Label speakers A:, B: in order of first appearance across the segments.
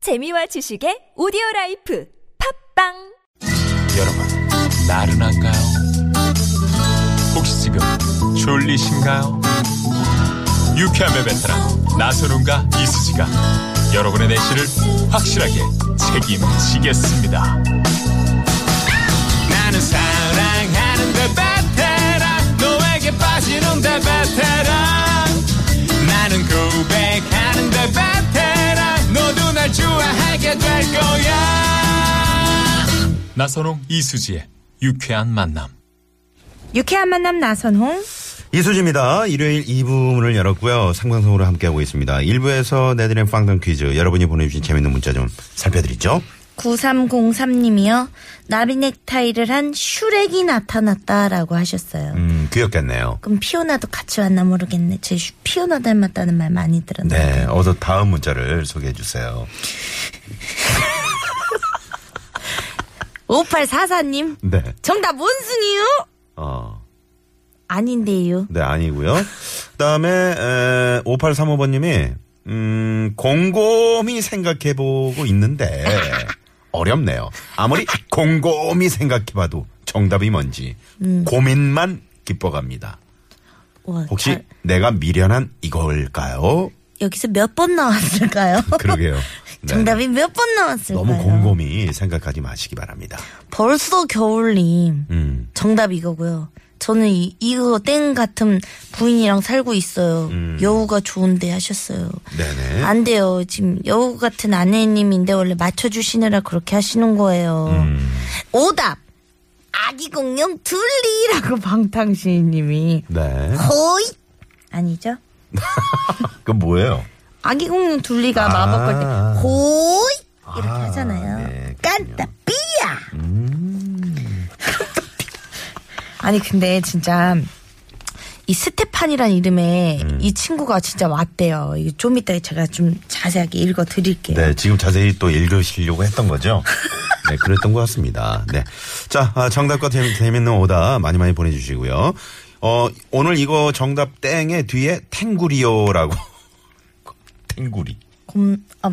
A: 재미와 지식의 오디오 라이프 팝빵
B: 여러분, 나른한가요? 혹시 지금 졸리신가요? 유쾌함의 베테랑 나선웅과 이수지가 여러분의 내실을 확실하게 책임지겠습니다. 나는 사랑하는데 베테랑 너에게 빠지는데 베테랑 나는 고백하는데 베테랑 너도 날 좋아하게 될 거야. 나선홍 이수지의 유쾌한 만남.
C: 유쾌한 만남 나선홍.
D: 이수지입니다. 일요일 2부문을 열었고요. 상방송으로 함께하고 있습니다. 1부에서 내드린 빵당 퀴즈 여러분이 보내주신 재밌는 문자 좀 살펴드리죠.
C: 9303님이요. 나비 넥타이를 한 슈렉이 나타났다라고 하셨어요.
D: 음, 귀엽겠네요.
C: 그럼 피오나도 같이 왔나 모르겠네. 제 슈- 피오나 닮았다는 말 많이 들었는데.
D: 네, 어서 다음 문자를 소개해 주세요.
C: 5844님.
D: 네,
C: 정답 원순이요?
D: 어,
C: 아닌데요.
D: 네, 아니고요. 그 다음에, 5835번님이, 음, 곰곰이 생각해보고 있는데, 어렵네요. 아무리 곰곰이 생각해봐도 정답이 뭔지, 고민만 기뻐갑니다.
C: 와,
D: 혹시
C: 잘-
D: 내가 미련한 이걸까요?
C: 여기서 몇 번 나왔을까요?
D: 그러게요. 네.
C: 정답이 몇 번 나왔을까요?
D: 너무 곰곰이 생각하지 마시기 바랍니다.
C: 벌써 겨울님.
D: 음.
C: 정답 이거고요. 저는 이, 이거 땡 같은 부인이랑 살고 있어요.
D: 음.
C: 여우가 좋은데 하셨어요.
D: 네네.
C: 안 돼요. 지금 여우 같은 아내님인데 원래 맞춰주시느라 그렇게 하시는 거예요.
D: 음.
C: 오답! 아기 공룡 둘리라고 방탕시인님이.
D: 네.
C: 호이! 아니죠?
D: 그 뭐예요?
C: 아기 공룡 둘리가
D: 아.
C: 마법 걸때 호이! 이렇게
D: 아,
C: 하잖아요.
D: 네, 그렇군요. 음.
C: 깐따삐야! 아니 근데 진짜 이 스테판이란 이름에
D: 음.
C: 이 친구가 진짜 왔대요. 이게 좀 이따 제가 좀 자세하게 읽어 드릴게요.
D: 네, 지금 자세히 또 읽으시려고 했던 거죠? 네, 그랬던 것 같습니다. 네. 자, 아, 정답과 재미, 재밌는 오다 많이 많이 보내주시고요. 어, 오늘 이거 정답 땡의 뒤에 탱구리요라고. 탱구리.
C: 곰, 아,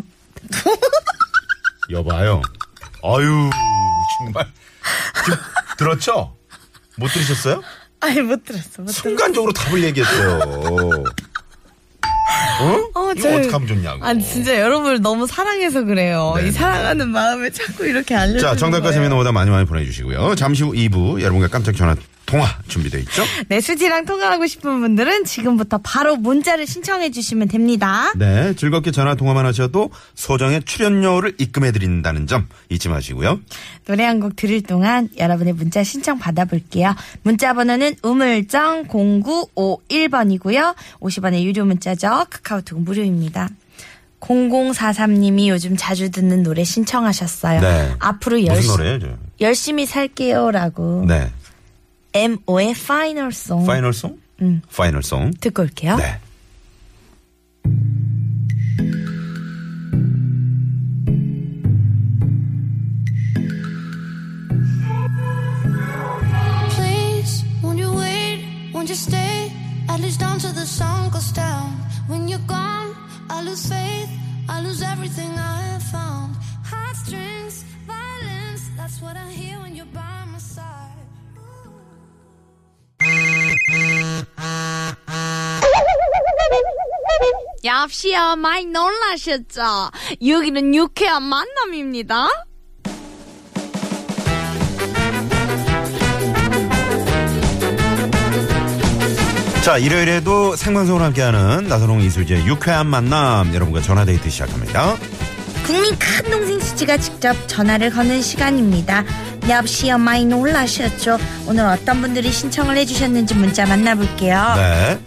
D: 여봐요. 아유, 정말. 지금 들었죠? 못 들으셨어요?
C: 아니 못 들었어. 못 들었어.
D: 순간적으로 답을 얘기했어요. 어?
C: 어,
D: 이거
C: 저-
D: 어떻게 하면 좋냐고.
C: 아니 진짜 여러분을 너무 사랑해서 그래요.
D: 네,
C: 이
D: 네.
C: 사랑하는 마음에 자꾸 이렇게 알려.
D: 자, 정답과 재미있는 오답 많이 많이 보내주시고요. 잠시 후 2부 여러분과 깜짝 전화 통화 준비되어 있죠?
C: 네, 수지랑 통화하고 싶은 분들은 지금부터 바로 문자를 신청해 주시면 됩니다.
D: 네, 즐겁게 전화 통화만 하셔도 소정의 출연료를 입금해드린다는 점 잊지 마시고요.
C: 노래 한 곡 들을 동안 여러분의 문자 신청 받아볼게요. 문자 번호는 우물정 0951번이고요. 50원의 유료 문자죠. 카카오톡 무료입니다. 0043님이 요즘 자주 듣는 노래 신청하셨어요.
D: 네.
C: 앞으로
D: 무슨
C: 열시,
D: 노래예요, 저?
C: 열심히 살게요라고.
D: 네.
C: M.O.의 Final Song
D: 파이널송? 파이널송.
C: 듣고 올게요.
D: 네.
E: Please, won't you wait? Won't you stay? At least until the sun goes down. When you're gone, I lose faith. I lose everything I have found. Heartstrings, violence. That's what I hear when you're by my side.
F: 역시요 많이 놀라셨죠? 여기는 유쾌한 만남입니다.
D: 자, 일요일에도 생방송으로 함께하는 나선홍 이수지의 유쾌한 만남 여러분과 전화데이트 시작합니다.
C: 국민 큰 동생 수지가 직접 전화를 거는 시간입니다. 엽시여 많이 놀라셨죠? 오늘 어떤 분들이 신청을 해주셨는지 문자 만나볼게요.
D: 네.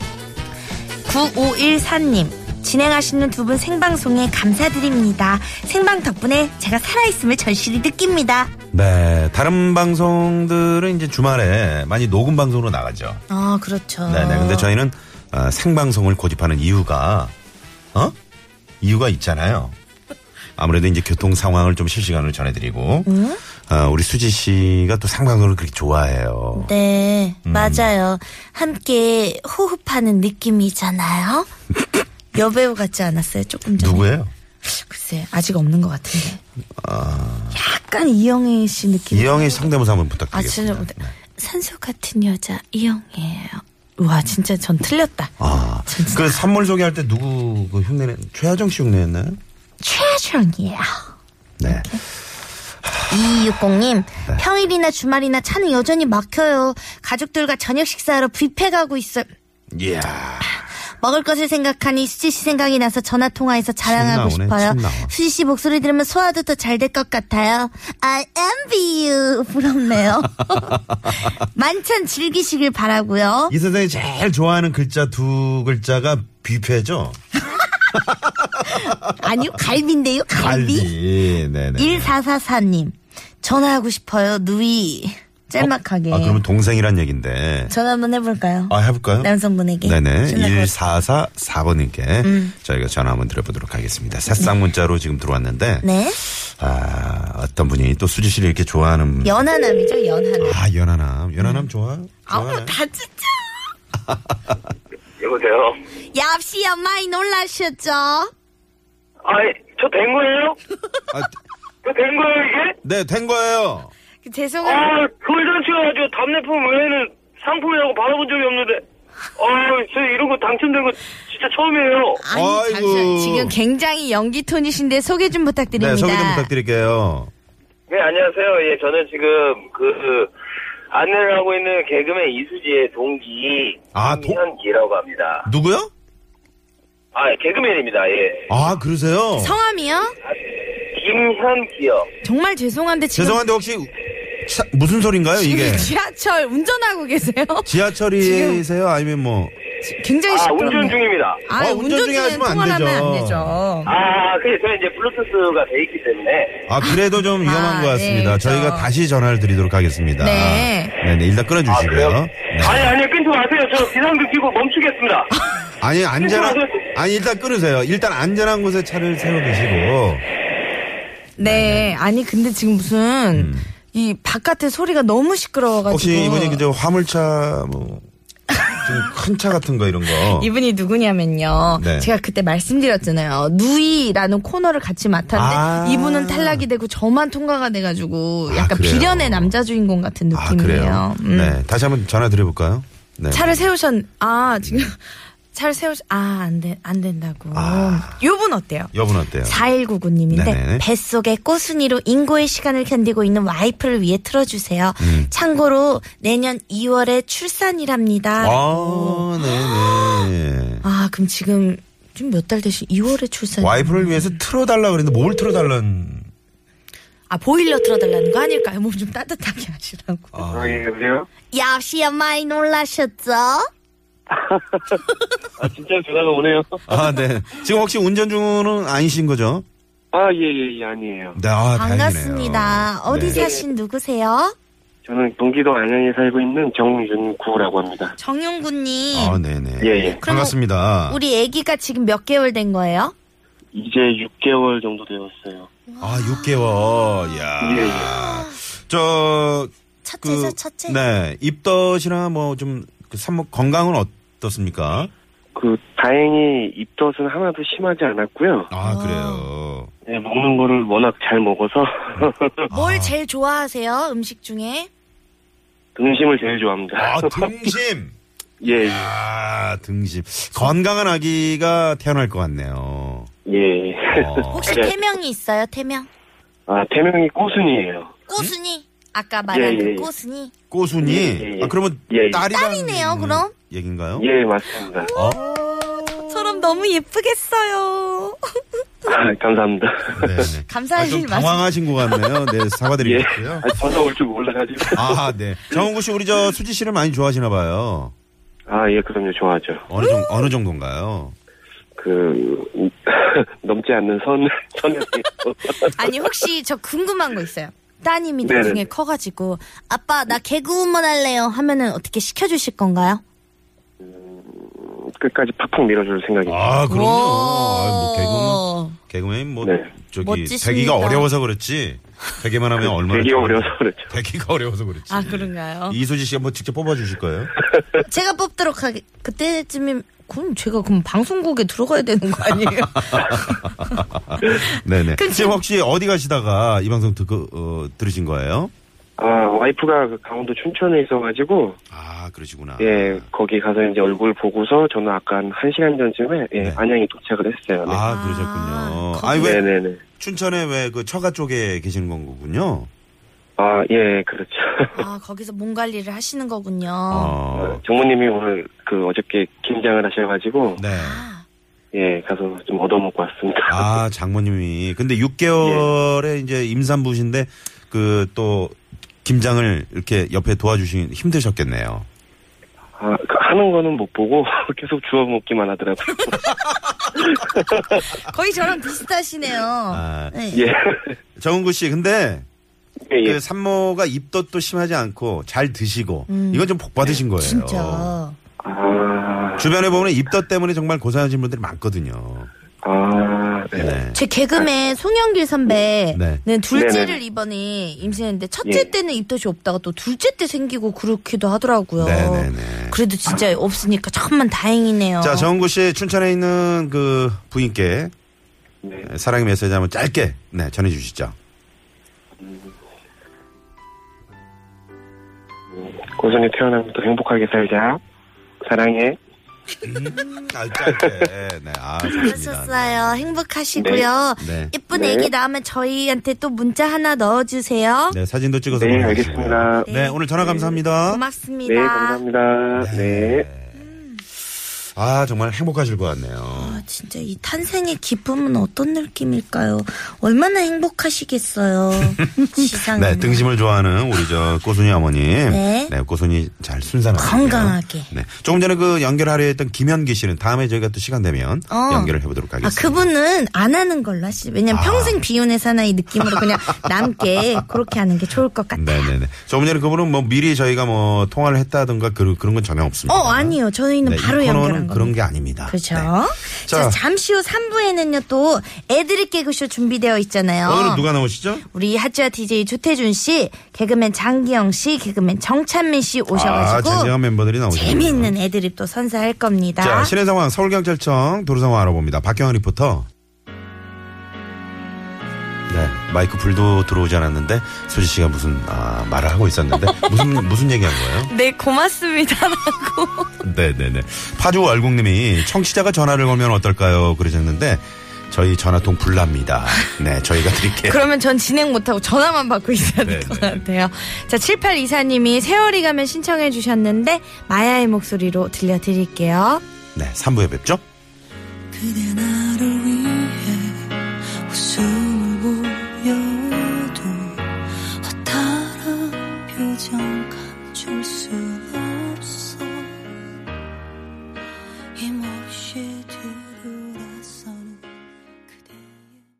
C: 9514님. 진행하시는 두 분 생방송에 감사드립니다. 생방 덕분에 제가 살아있음을 절실히 느낍니다.
D: 네. 다른 방송들은 이제 주말에 많이 녹음 방송으로 나가죠.
C: 아, 그렇죠.
D: 네네. 근데 저희는 어, 생방송을 고집하는 이유가, 어? 이유가 있잖아요. 아무래도 이제 교통 상황을 좀 실시간으로 전해드리고,
C: 음?
D: 어, 우리 수지 씨가 또 생방송을 그렇게 좋아해요.
C: 네,
D: 음.
C: 맞아요. 함께 호흡하는 느낌이잖아요. 여배우 같지 않았어요? 조금 전에.
D: 누구예요?
C: 글쎄 아직 없는 것 같은데. 약간 이영애 씨 느낌.
D: 아. 이영희 상대모사 한번
C: 네. 아 진짜
D: 부탁드리겠습니다.
C: 못해. 산소 같은 여자 이영애예요. 와 진짜 전 틀렸다.
D: 아,
C: 진짜.
D: 그 산물 소개할 때 누구 그 흉내는 최하정 씨 흉내였나요?
C: 최정이에요.
D: 네.
C: 2260님, 평일이나 주말이나 차는 여전히 막혀요. 가족들과 저녁 식사하러 뷔페 가고 있어요.
D: 이야.
C: 먹을 것을 생각하니 수지 씨 생각이 나서 전화 통화해서 자랑하고
D: 침 나오네,
C: 싶어요.
D: 침 나와.
C: 수지 씨 목소리 들으면 소화도 더 잘 될 것 같아요. I envy you. 부럽네요. 만찬 즐기시길 바라고요.
D: 이 선생이 제일 좋아하는 글자 두 글자가 뷔페죠?
C: 아니요, 갈비인데요. 갈비.
D: 네네.
C: 1444님. 전화하고 싶어요. 누이. 짤막하게.
D: 아, 그러면 동생이란 얘긴데.
C: 전화 한번 해볼까요?
D: 아, 해볼까요?
F: 예,
C: 남성분에게.
D: 네네.
C: 전화 걸어서.
D: 1444번님께
F: 음.
D: 저희가 전화 한번 드려보도록 하겠습니다.
F: 네.
D: 새싹 문자로 지금 들어왔는데.
C: 네.
D: 아, 어떤 분이 또 수지 씨를 이렇게 좋아하는.
C: 연하남이죠, 연하남.
D: 아, 연하남. 연하남
F: 음.
D: 좋아요? 좋아요?
C: 다 진짜.
G: 여보세요.
F: 역시요 많이 놀라셨죠?
G: 아이, 저 된 거예요?
D: 아,
G: 저 된 거예요, 이게?
D: 네, 된 거예요.
C: 죄송합니다.
G: 아, 돌잔치가 아주 답례품 외에는 상품이라고 받아본 적이 없는데. 아, 저 이런 거 당첨된 거 진짜 처음이에요.
F: 아니
D: 아이고.
F: 잠시만 지금 굉장히 연기 톤이신데 소개 좀 부탁드립니다.
D: 네, 소개 좀 부탁드릴게요.
G: 네, 안녕하세요. 예, 저는 지금 그, 안내를 하고 있는 개그맨 이수지의 동기.
D: 아, 동-
G: 동현기라고 합니다.
D: 누구요?
G: 아, 개그맨입니다, 예.
D: 아, 그러세요?
F: 성함이요?
G: 김현기요. 아,
F: 정말 죄송한데 지금
D: 죄송한데 혹시 차- 무슨 소린가요,
F: 지금
D: 이게?
F: 지하철 운전하고 계세요?
D: 지하철이세요? 아니면 뭐.
F: 굉장히
G: 아,
F: 시끄럽네요.
G: 운전 중입니다.
F: 아,
D: 어, 운전
F: 운전
D: 중에
F: 중에
D: 하시면 안
F: 통화를
D: 되죠.
F: 하면 안 되죠.
G: 아, 그래, 저는 이제 블루투스가 돼 있기 때문에.
D: 아, 그래도 좀 위험한
F: 아,
D: 것 같습니다.
F: 네, 그렇죠.
D: 저희가 다시 전화를 드리도록 하겠습니다.
F: 네.
D: 네 일단 끊어주시고요. 네.
G: 아니, 아니, 끊지 마세요. 저 비상등 켜고 멈추겠습니다.
D: 아니, 안전한,
G: 끊지
D: 아니, 일단 끊으세요. 일단 안전한 곳에 차를 세워두시고.
C: 네. 아니, 근데 지금 무슨, 이 바깥에 소리가 너무 어, 시끄러워가지고.
D: 음. 혹시 이분이 그저 화물차, 뭐, 큰 차 같은 거 이런 거.
C: 이분이 누구냐면요.
D: 네.
C: 제가 그때 말씀드렸잖아요. 누이라는 코너를 같이 맡았는데
D: 아.
C: 이분은 탈락이 되고 저만 통과가 돼가지고
D: 아,
C: 약간
D: 그래요?
C: 비련의 남자 주인공 같은
D: 아,
C: 느낌이에요.
D: 그래요?
C: 음.
D: 네. 다시 한번 전화 드려볼까요? 네.
C: 차를 세우셨, 아, 지금 차를 세우셨, 아, 안, 돼, 안 된다고.
D: 아.
C: 요분 어때요?
D: 여분 어때요?
C: 4199님인데
D: 네네.
C: 뱃속에 꼬순이로 인고의 시간을 견디고 있는 와이프를 위해 틀어주세요.
D: 음.
C: 참고로 내년 2월에 출산이랍니다.
D: 아, 네네.
C: 아 그럼 지금 좀 몇 달 되신 2월에 출산.
D: 와이프를 위해서 틀어달라 그랬는데 뭘 틀어달라는.
C: 아 보일러 틀어달라는 거 아닐까요? 몸 좀 따뜻하게 하시라고.
G: 아, 예, 여보세요?
C: 역시야 많이 놀라셨죠?
G: 아, 진짜 전화가 오네요.
C: 어.
D: 아, 네. 지금 혹시 운전 중은 아니신 거죠?
G: 아, 예, 예, 예, 아니에요.
D: 네, 아,
C: 반갑습니다.
D: 다행이네요.
C: 어디
D: 네.
C: 사신 누구세요?
G: 저는 경기도 안양에 살고 있는 정윤구라고 합니다.
C: 정용구님.
D: 아, 네네.
G: 예, 예.
D: 반갑습니다.
C: 어. 우리 아기가 지금 몇 개월 된 거예요?
G: 이제 6개월 정도 되었어요.
D: 아, 6개월.
G: 예, 예.
D: 야. 저그
C: 첫째죠, 첫째.
D: 네. 입덧이나 뭐좀 그 산모 건강은 어떻습니까?
G: 그, 다행히 입덧은 하나도 심하지 않았고요.
C: 어.
D: 아, 그래요.
G: 예, 먹는 거를 워낙 잘 먹어서
C: 뭘 제일 좋아하세요? 음식 중에?
G: 등심을 제일 좋아합니다.
D: 아, 등심.
G: 예,
D: 아, 등심. 건강한 아기가 태어날 것 같네요.
G: 예.
D: 어.
C: 혹시
G: 네.
C: 태명이 있어요? 태명?
G: 아, 태명이 꼬순이에요.
C: 꼬순이? 아까 말한
G: 예, 예, 예.
C: 그 꼬순이?
D: 꼬순이.
G: 예, 예, 예.
D: 아, 그러면
G: 예, 예.
D: 딸이라는
C: 딸이네요, 그럼?
D: 얘긴가요?
G: 예, 맞습니다.
D: 어?
C: 저럼 너무 예쁘겠어요.
G: 아, 감사합니다.
D: 네, 네. 아,
C: 감사하실
D: 좀
C: 말씀.
D: 당황하신 것 같네요. 네,
G: 예.
D: 사과드리겠고요.
G: 아, 전화 올 줄 몰라가지고.
D: 아, 네. 정은구 씨, 우리 저 수지 씨를 많이 좋아하시나 봐요.
G: 아, 예, 그럼요. 좋아하죠.
D: 어느 정 어느 정도인가요?
G: 그, 음, 넘지 않는 선, 어, 선을.
C: 아니 혹시 저 궁금한 거 있어요. 따님이 그
G: 네네.
C: 나중에 커가지고 아빠 나 개그우먼 할래요 하면은 어떻게 시켜주실 건가요?
G: 끝까지 팍팍 밀어줄 생각입니다.
D: 아, 그럼요. 아, 뭐
C: 오.
D: 개그맨, 개그맨이 뭐
G: 네.
D: 저기
C: 멋지십니다.
D: 대기가 어려워서 그렇지. 대기만 하면 얼마나
G: 되게
D: 참-
G: 어려워서 그렇죠.
D: 대기가 어려워서 그렇지.
C: 아 그런가요?
G: 네.
D: 이수지 씨가 뭐 직접 뽑아 주실 거예요?
C: 제가 뽑도록 하게 그때쯤이 그럼 제가 그럼 방송국에 들어가야 되는 거 아니에요?
D: 네네.
C: 그치.
D: 지금 혹시 어디 가시다가 이 방송 듣고 어, 들으신 거예요?
G: 아, 와이프가 그 강원도 춘천에 있어가지고,
D: 아 그러시구나.
G: 예, 거기 가서 이제 얼굴 보고서 저는 아까 한 1시간 전쯤에, 예,
D: 네.
G: 안양에 도착을 했어요. 네.
D: 아 그러셨군요.
C: 거기-
D: 아, 왜
G: 네네네.
D: 춘천에 왜 그 처가 쪽에 계시는 건 거군요.
G: 아, 예, 그렇죠.
C: 아 거기서 몸 관리를 하시는 거군요.
D: 어.
G: 장모님이 오늘 그 어저께 김장을 하셔가지고,
D: 네.
G: 예, 가서 좀 얻어먹고 왔습니다.
D: 아 장모님이 근데
C: 예.
D: 6개월에 이제 임산부신데 그 또 김장을 이렇게 옆에 도와주시기 힘드셨겠네요.
C: 어.
G: 아, 그 하는 거는 못 보고 계속 주워 먹기만 하더라고요.
C: 거의 저랑 비슷하시네요.
D: 아,
C: 네.
G: 예.
D: 정은구 씨 근데
G: 예, 예.
D: 그 산모가 입덧도 심하지 않고 잘 드시고 이건 좀 복 받으신 거예요.
C: 음. 네, 진짜.
D: 어.
G: 아,
D: 주변에 보면 입덧 때문에 정말 고생하신 분들이 많거든요.
G: 아, 네.
D: 네.
C: 제 개그맨 송영길 선배는
D: 네.
C: 둘째를
G: 네네.
C: 이번에 임신했는데 첫째
G: 예.
C: 때는 입덧이 없다가 또 둘째 때 생기고 그렇기도 하더라고요.
D: 네네네.
C: 어. 그래도 진짜 없으니까 참만 다행이네요.
D: 자, 정은구 씨 춘천에 있는 그 부인께
G: 네.
D: 사랑의 메시지 한번 짧게 네, 전해 주시죠.
G: 고성에 태어나부터 행복하게 살자. 사랑해.
C: 음.
D: 아, 짧게. 네. 아, 좋습니다.
C: 그러셨어요. 행복하시고요.
D: 네. 네.
C: 예쁜
G: 네.
C: 애기 나오면 저희한테 또 문자 하나 넣어주세요.
D: 네, 사진도 찍어서
G: 네,
D: 보내주시고요.
G: 알겠습니다.
D: 네, 오늘 전화 감사합니다.
C: 고맙습니다.
G: 네, 감사합니다. 네.
C: 음.
D: 아, 정말 행복하실 것 같네요.
C: 아, 진짜 이 탄생의 기쁨은 어떤 느낌일까요? 얼마나 행복하시겠어요. 시상.
D: 네, 등심을 좋아하는 우리 저 꼬순이 어머님.
C: 음. 네.
D: 꼬순이 잘 순산하게.
C: 건강하게.
D: 네. 조금 전에 그 연결하려 했던 김현기 씨는 다음에 저희가 또 시간 되면
C: 어.
D: 연결을 해보도록
C: 아,
D: 하겠습니다.
C: 그분은 안 하는 걸로 하시죠. 왜냐면
D: 아.
C: 평생 비운의 사나이 느낌으로 그냥 남게 그렇게 하는 게 좋을 것 같아요.
D: 네네네. 조금 전에 그분은 뭐 미리 저희가 뭐 통화를 했다든가 그, 그런 건 전혀 없습니다.
C: 어, 아니요. 저희는
D: 네,
C: 바로
D: 이
C: 연결한
D: 코너는
C: 겁니다.
D: 그런 게 아닙니다.
C: 그렇죠.
D: 네.
C: 자,
D: 자.
C: 잠시 후 3부에는요, 또 애드립 개그쇼 준비되어 있잖아요.
D: 네. 오늘은 누가 나오시죠?
C: 우리 하츠아 DJ 조태준 씨, 개그맨 장기영 씨, 개그맨 정찬민 씨
D: 아,
C: 오셔가지고
D: 쟁쟁한 멤버들이 나오시죠.
C: 재미있는 애드립 또 선사할 겁니다.
D: 자, 실내 상황 서울경찰청 도로 상황 알아봅니다. 박경환 리포터. 네, 마이크 불도 들어오지 않았는데 소지 씨가 무슨 아, 말을 하고 있었는데 무슨 무슨 얘기한 거예요?
H: 네, 고맙습니다.
D: 네네네. 파주 월국님이 청취자가 전화를 걸면 어떨까요? 그러셨는데 저희 전화통 불납니다. 네, 저희가 드릴게요.
H: 그러면 전 진행 못하고 전화만 받고 있어야 될 것
D: 네, 네.
H: 같아요. 자, 7824님이 세월이 가면 신청해 주셨는데 마야의 목소리로 들려드릴게요.
D: 네, 3부에 뵙죠.
E: 그대 나를 위해 웃음을 보여도 허탈한 표정 감출 수는